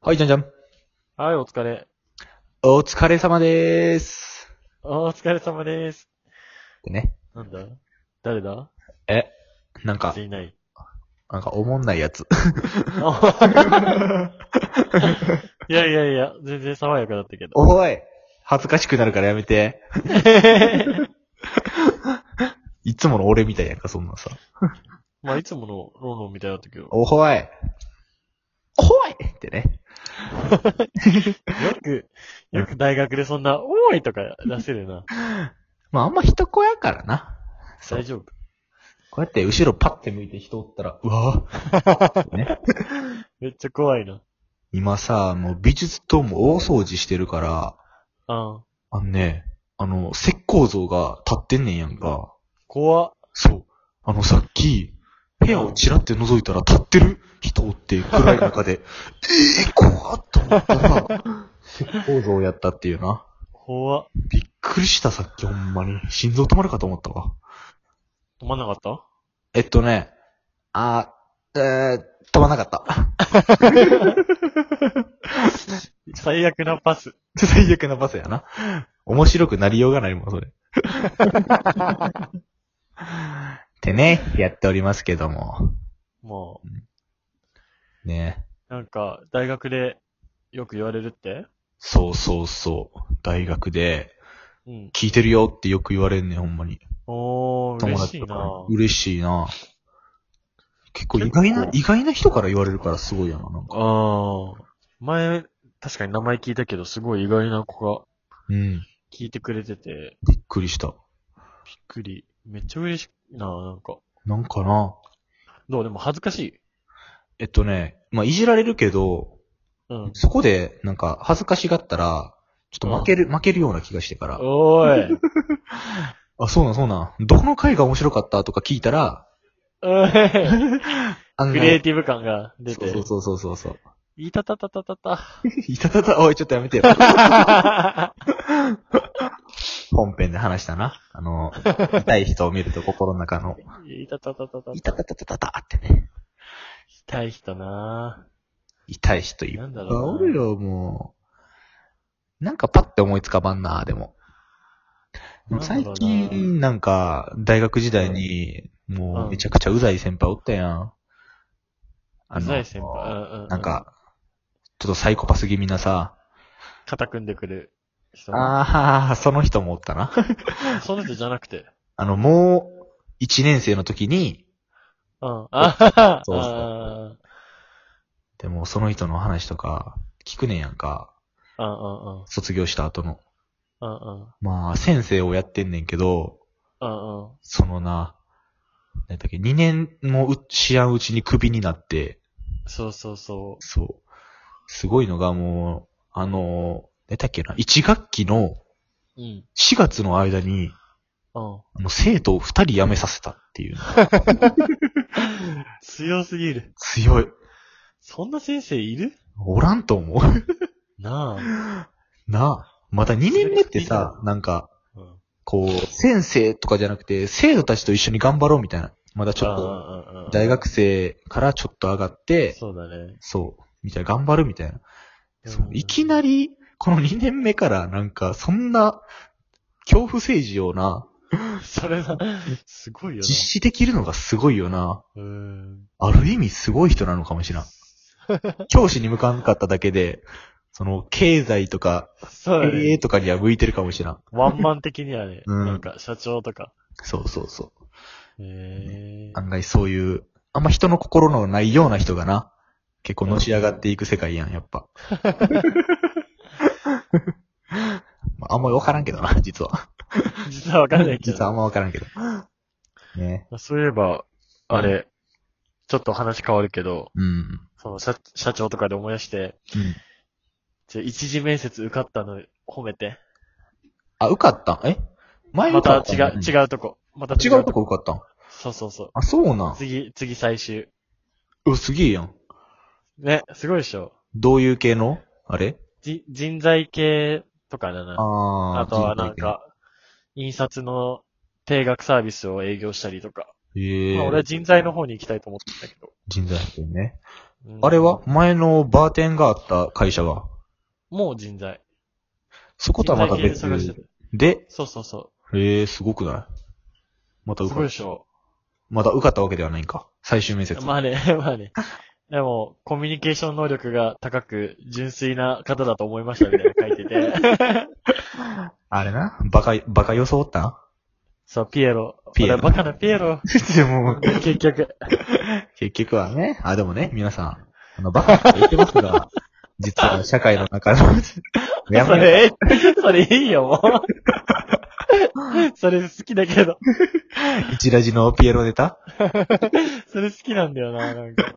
はい、じゃんじゃん。はい、お疲れ。お疲れ様でーす。お疲れ様です。でね。なんだ誰だなんか全、然いない。なんか、おもんないやつ。あ いやいやいや、全然爽やかだったけど。 おい恥ずかしくなるからやめて。 いつもの俺みたいやんか、そんなんさ。まあ、いつものロンロンみたいだったけど。おほいおほいってね。よく、よく大学でそんな、おーいとか出せ るな。まあ、あんま人子やからな。そう大。丈夫。こうやって後ろパッて向いて人おったら、うわぁ、ね。めっちゃ怖いな。今さ、もう美術棟も大掃除してるから、あん。あのね、あの、石膏像が立ってんねんやんか。怖っ。そう。あの、さっき、部屋をちらって覗いたら立ってる人おって暗い中で、 ええー、怖っと思ったら、石膏像やったっていうな。怖っ。びっくりした、さっきほんまに。心臓止まるかと思ったわ。止まんな かったえっとね、あー、えー、止まんなかった。最悪なパス。 最悪なパスやな。面白くなりようがないもん、それ。ってね、やっておりますけども。もう、ねなんか、大学でよく言われるってそうそうそう。大学で、うん。聞いてるよってよく言われんねん、ほんまに。おー、嬉しい友達とかなに。嬉しいな。結構意外な、結構意外な人から言われるからすごいやな、なんか。ああ。前、確かに名前聞いたけど、すごい意外な子がうん。聞いてくれてて、びっくりした。びっくり。めっちゃ嬉しいな、なんか。なんかな。どうでも恥ずかしい。えっとね、まあ、いじられるけど、うん。そこで、なんか、恥ずかしがったら、ちょっと負ける、負けるような気がしてから。おー い。あ、そうなん、そうなん。どの回が面白かったとか聞いたら、おい。案クリエイティブ感が出て。そうそうそうそうそう。いたたたた たた。いたたた、おい、ちょっとやめてよ。本編で話したな。あの、痛い人を見ると心の中の、いたたたたたい。たたたたたたってね。痛い人な痛い人いっぱないんだろうなおるよ、もう。なんかパッて思いつかばんな、でも。でも最なんだろう近、なんか、大学時代に、もうめちゃくちゃうざい先輩おったやん。あのうざい先輩。うんうん。なん。か、ちょっとサイコパス気味なさ。肩組んでくる人。ああ、その人もおったな。 その人じゃなくて。あの、もう、一年生の時に、うん。あはは。そうそうあでもその人の話とか、聞くねんやんか。ーうんうんうん。卒業した後の。うんうん。まあ、先生をやってんねんけど、うんうん。そのな、何だっけ、2年もう知らんうちにクビになって、そうそうそそう。すごいのがもう、あの、何だっけな、1学期のう。うん。 4月の間に、うん。あの生徒を2人辞めさせたっていう。強すぎる。強い。そんな先生いるおらんと思う。 なあ。なあ。また2年目ってさ、なんか、うん。こう、先生とかじゃなくて、生徒たちと一緒に頑張ろうみたいな。まだちょっと、と大学生からちょっと上がって、そうだね。そう、みたいな、頑張るみたいな。そういきなり、この2年目からなんか、そんな、恐怖政治ような、り。それは、すごいよ実施できるのがすごいよな。な。うーん。ある意味すごい人なのかもしらん。教師に向かんかっただけで、その、経済とか、そうだ経営ね。とかには向いてるかもしらん。ワンマン的にはね、うんなんか、社長とか。そうそうそう。へえ。案外そういう、あんま人の心のないような人がな、結構のし上がっていく世界やん、やっ ぱ。まああんまりわからんけどな、実は。実はわかんないけ 実はあど。んまわからん けど。ね。そういえば、あれ、ちょっと話変わるけど、うん。その社、社長とかで思い出して、うん。ちょ一次面接受かったの褒めて。あ、受かったえ前ま受かたった違う、う。違うとこ。また違うとこ受かったんそうそうそう。あ、そうなん。次、次最終。うわ、すげえやん。ね、すごいでしょ。どういう系のあれじ、人材系とかだあな。あ。あとはなん人体か、印刷の定額サービスを営業したりとか。系。ええまあ俺は人材の方に行きたいと思ってたけど。人材派遣ね。うんあれは前のバーテンがあった会社は。もう人材。そことはまた人材系で別探してるで、そうそうそえー、すごくないまた受う。かすごいっでしょ。まだ受かったわけではないんか。最終面接。まあね、 まあね。でも、コミュニケーション能力が高く、純粋な方だと思いましたみたいなの書いて て。あれなバカ、バカ装 ったそう、ピエロ。ピエロ俺バカなピ エロ。でも、結局。結局はね、あ、でもね、皆さん、あの、バカって言ってます が、実は社会の中の、やそめよれ、それいいよ、 もう。それ好きだけど。う一ラジのピエロネタそれ好きなんだよな、なんか。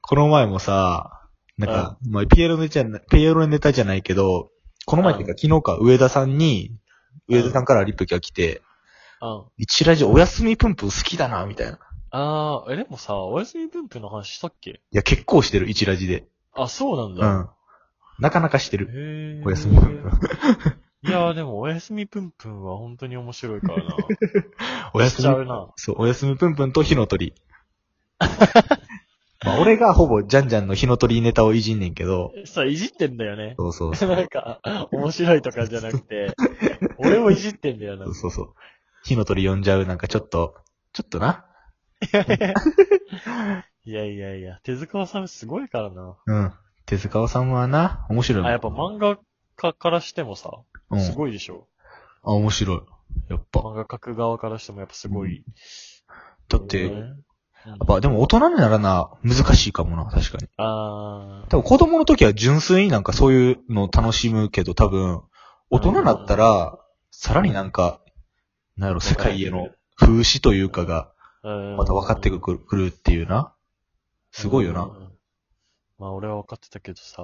この前もさ、なんか、まあ、ピエロネタじゃな、ピエロネタじゃないけど、この前っていうか昨日か、上田さんに、うん上田さんからリップが来て、うん。一ラジお休みプンプン好きだな、みたいな。いあー、え、でもさ、お休み分布の話したっけや、結構してる、一ラジで。あ、そううなんだ。ん。なかなかしてる。へーお休みプンプン。 いやーでも、おやすみぷんぷんは本当に面白いからな。 おし休みちゃうな。そう、おやすみぷんぷんと火の鳥。 まあ、俺がほぼジャンジャンの火の鳥ネタをいじんねんけど、さ、いじってんだよね。そうそうそなんか、面白いとかじゃなくて、俺をいじってんだよなう、。そうそう。火の鳥呼んじゃう、なんかちょっと、ちょっとな。いやいやいや、手塚治虫すごいからな。うん。手塚治虫はな、面白いもんあ、やっぱ漫画家からしてもさ、うん。すい。ごいでしょ。あ、面白い。やっぱ。漫画描く側からしてもやっぱすごい。だって、ねやっうんぱでも大人にならな、難しいかもな、確かに。あー多分子供の時は純粋になんかそういうのを楽しむけど、多分、大人になったら、さらになんか、なんやろ、世界への風刺というかが、うんまた分かってくるくるっていうな。すごいよ うんな。まあ俺は分かってたけどさ。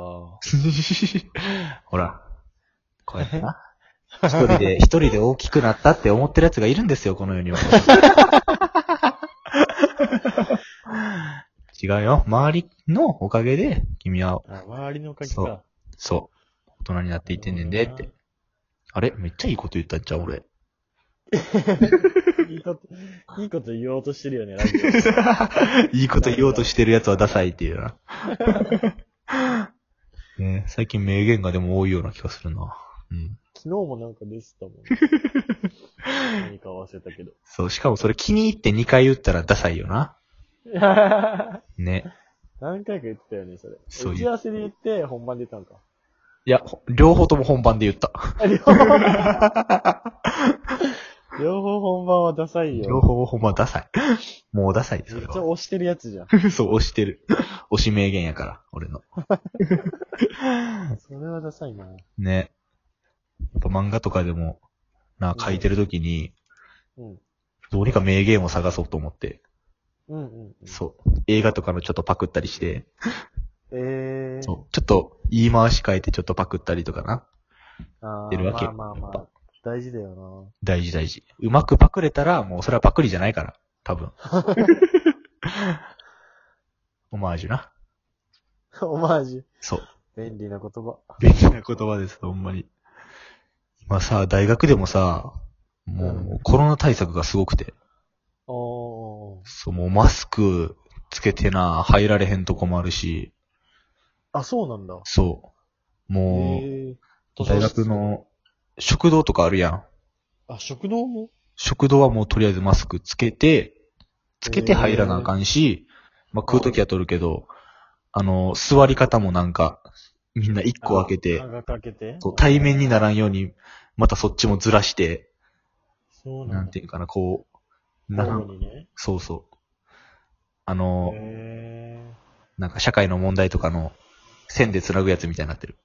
ほら。こうやってな。 一人で、一人で大きくなったって思ってる奴がいるんですよ、この世 には。違うよ。周りのおかげで、君は、 あ周りのおかげそかう。そう、大人になっていってんねんでって。あれめっちゃいいこと言ったんちゃう俺。 いいこと、いいこと言おうとしてるよね、ラジオいいこと言おうとしてる奴はダサいっていう な。ね最近名言がでも多いような気がするな。うん。昨日もなんか出てたもん、ね。何か忘れたけど。そう、しかもそれ気に入って2回言ったらダサいよな。ね。何回か言ってたよね、それ。そういう打ち合わせで言って、本番出た んか。いや、ほ両方とも本番で言 った。両方両方本番はダサい両よ。方本番ダサい。 もうダサいですめっよ。ちゃそ押してるやつじゃん。れは そう、押してる。押し名言やから、俺の。それはダサいな。ね。やっぱ漫画とかでも、な、書いてるときに、うん。どうにか名言を探そうと思って。うんうん、うん。そう。映画とかのちょっとパクったりして。えー。そう。ちょっと、言い回し変えてちょっとパクったりとかな。あー出るわけまあまあまあ。大事だよ大事大事。うまくパクれたら、もうそれはパクリじゃないから。多分。 オマージュな。な。 オマージュ。そう。便利な言葉。便利な言葉です、ほんまに。今さ、大学でもさ、うもうコロナ対策がすごくて。おー。そう、もうマスクつけてな、入られへんとこもあるし、あ、そうなんだ。そう。えもー。う、大学。の食堂とかあるやん。あ、食堂も食堂はもうとりあえずマスクつけて、つけて入らなあかんし、まあ食うときは取るけど、あの、座り方もなんか、みんな一個開けてあ、間開けて。そう対面にならんように、またそっちもずらして、そうななんんだ。ていうかな、こう、ななるんほどね。そうそう。あの、へーなんか社会の問題とかの線で繋ぐやつみたいになってる。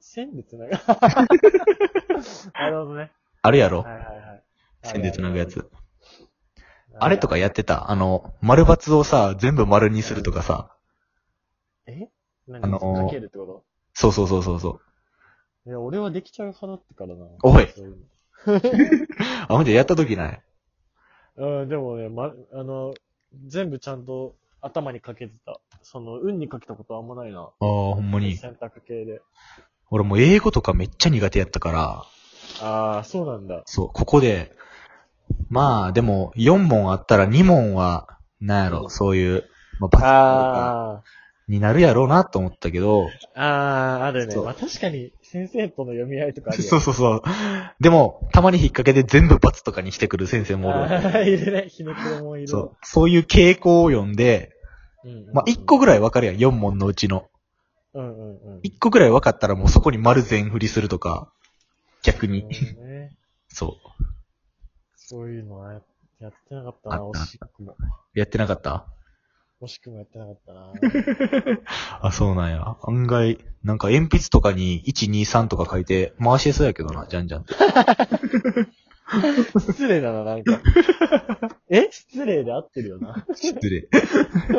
線で繋 がなるほどね。あるやろ、はいはいはい。線で繋ぐやつ。あ。あれとかやってたあの、丸抜をさ、全部丸にするとかさ。え何あのーかけるってこそうそうそうそうそう。といや、俺はできちゃう派だったからな。おいそううあ、ほんでやった時ないのうん、でもね、ま、あの、全部ちゃんと頭にかけてた。その、運にかけたことあんまないな。ああ、ほんまに。選択系で。俺もう英語とかめっちゃ苦手やったから、ああ、そうなんだ。そう、ここで、まあでも4問あったら2問は、なんやうろ、んそういうまあ、バスとかあになるやろうなと思ったけど、あ、ああ、あるね。そうまあ確かに先生との読み合いとかある よ。そうそうそう。でも、たまに引っ掛けで全部罰とかにしてくる先生もおるわああ、いるね。ひねくれもいる。そう。そういう傾向を読んで、うんうんまあ、1個ぐらいわかるやん、4問のうちの。うんうんうん。 1個ぐらいわかったらもうそこに丸全振りするとか、逆に。なるほどね。 そそういうのはややってなかったあな、った惜しくも。う。やってなかった惜しくもやってなかったな。あ、そうなんや。案外、なんか鉛筆とかに1、2、3とか書いて回してそうやけどな、じゃんじゃんって。失礼だな、な んか。え失礼で合ってるよな。失礼。失ち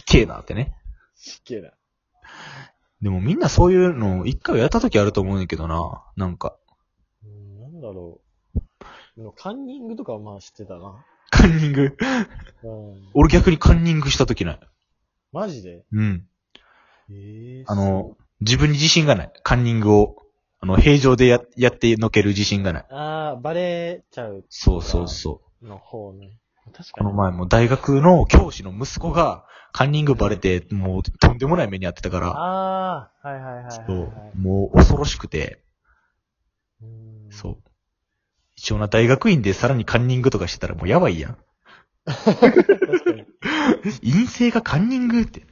っけえなってね。敬だ。でもみんなそういうの一回はやった時あると思うんやけどな。なんか、うんなんだろう。でもカンニングとかはまあ知ってたな。カンニング。うん。俺逆にカンニングした時ない。マジでうん。ええあの、自分に自信がない。カンニングを、あの、平常でややってのける自信がない。ああ、バレちゃうそうそうそう。の方ね。確かこに。の前も大学の教師の息子がカンニングバレて、もうとんでもない目に遭ってたから、ああ、はいはいはいはい、はい。そうもう恐ろしくて、うんそう。一応な、大学院でさらにカンニングとかしてたらもうやばいやん。確かに。陰性がカンニングってね。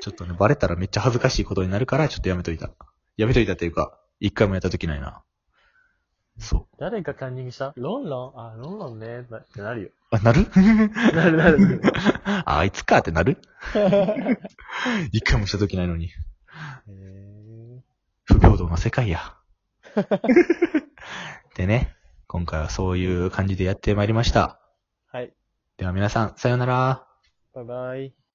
ちょっとね、バレたらめっちゃ恥ずかしいことになるから、ちょっとやめといた。やめといたっていうか、一回もやったときないな。そう。誰がカンニングしたロンロンあ、ロンロンね。なってなるよ。あ、なる なるなる。あ、あいつかってなる一回もしたときないのに。へー不平等な世界や。でね、今回はそういう感じでやってまいりました。はい。では皆さん、さようなら。バイバイ。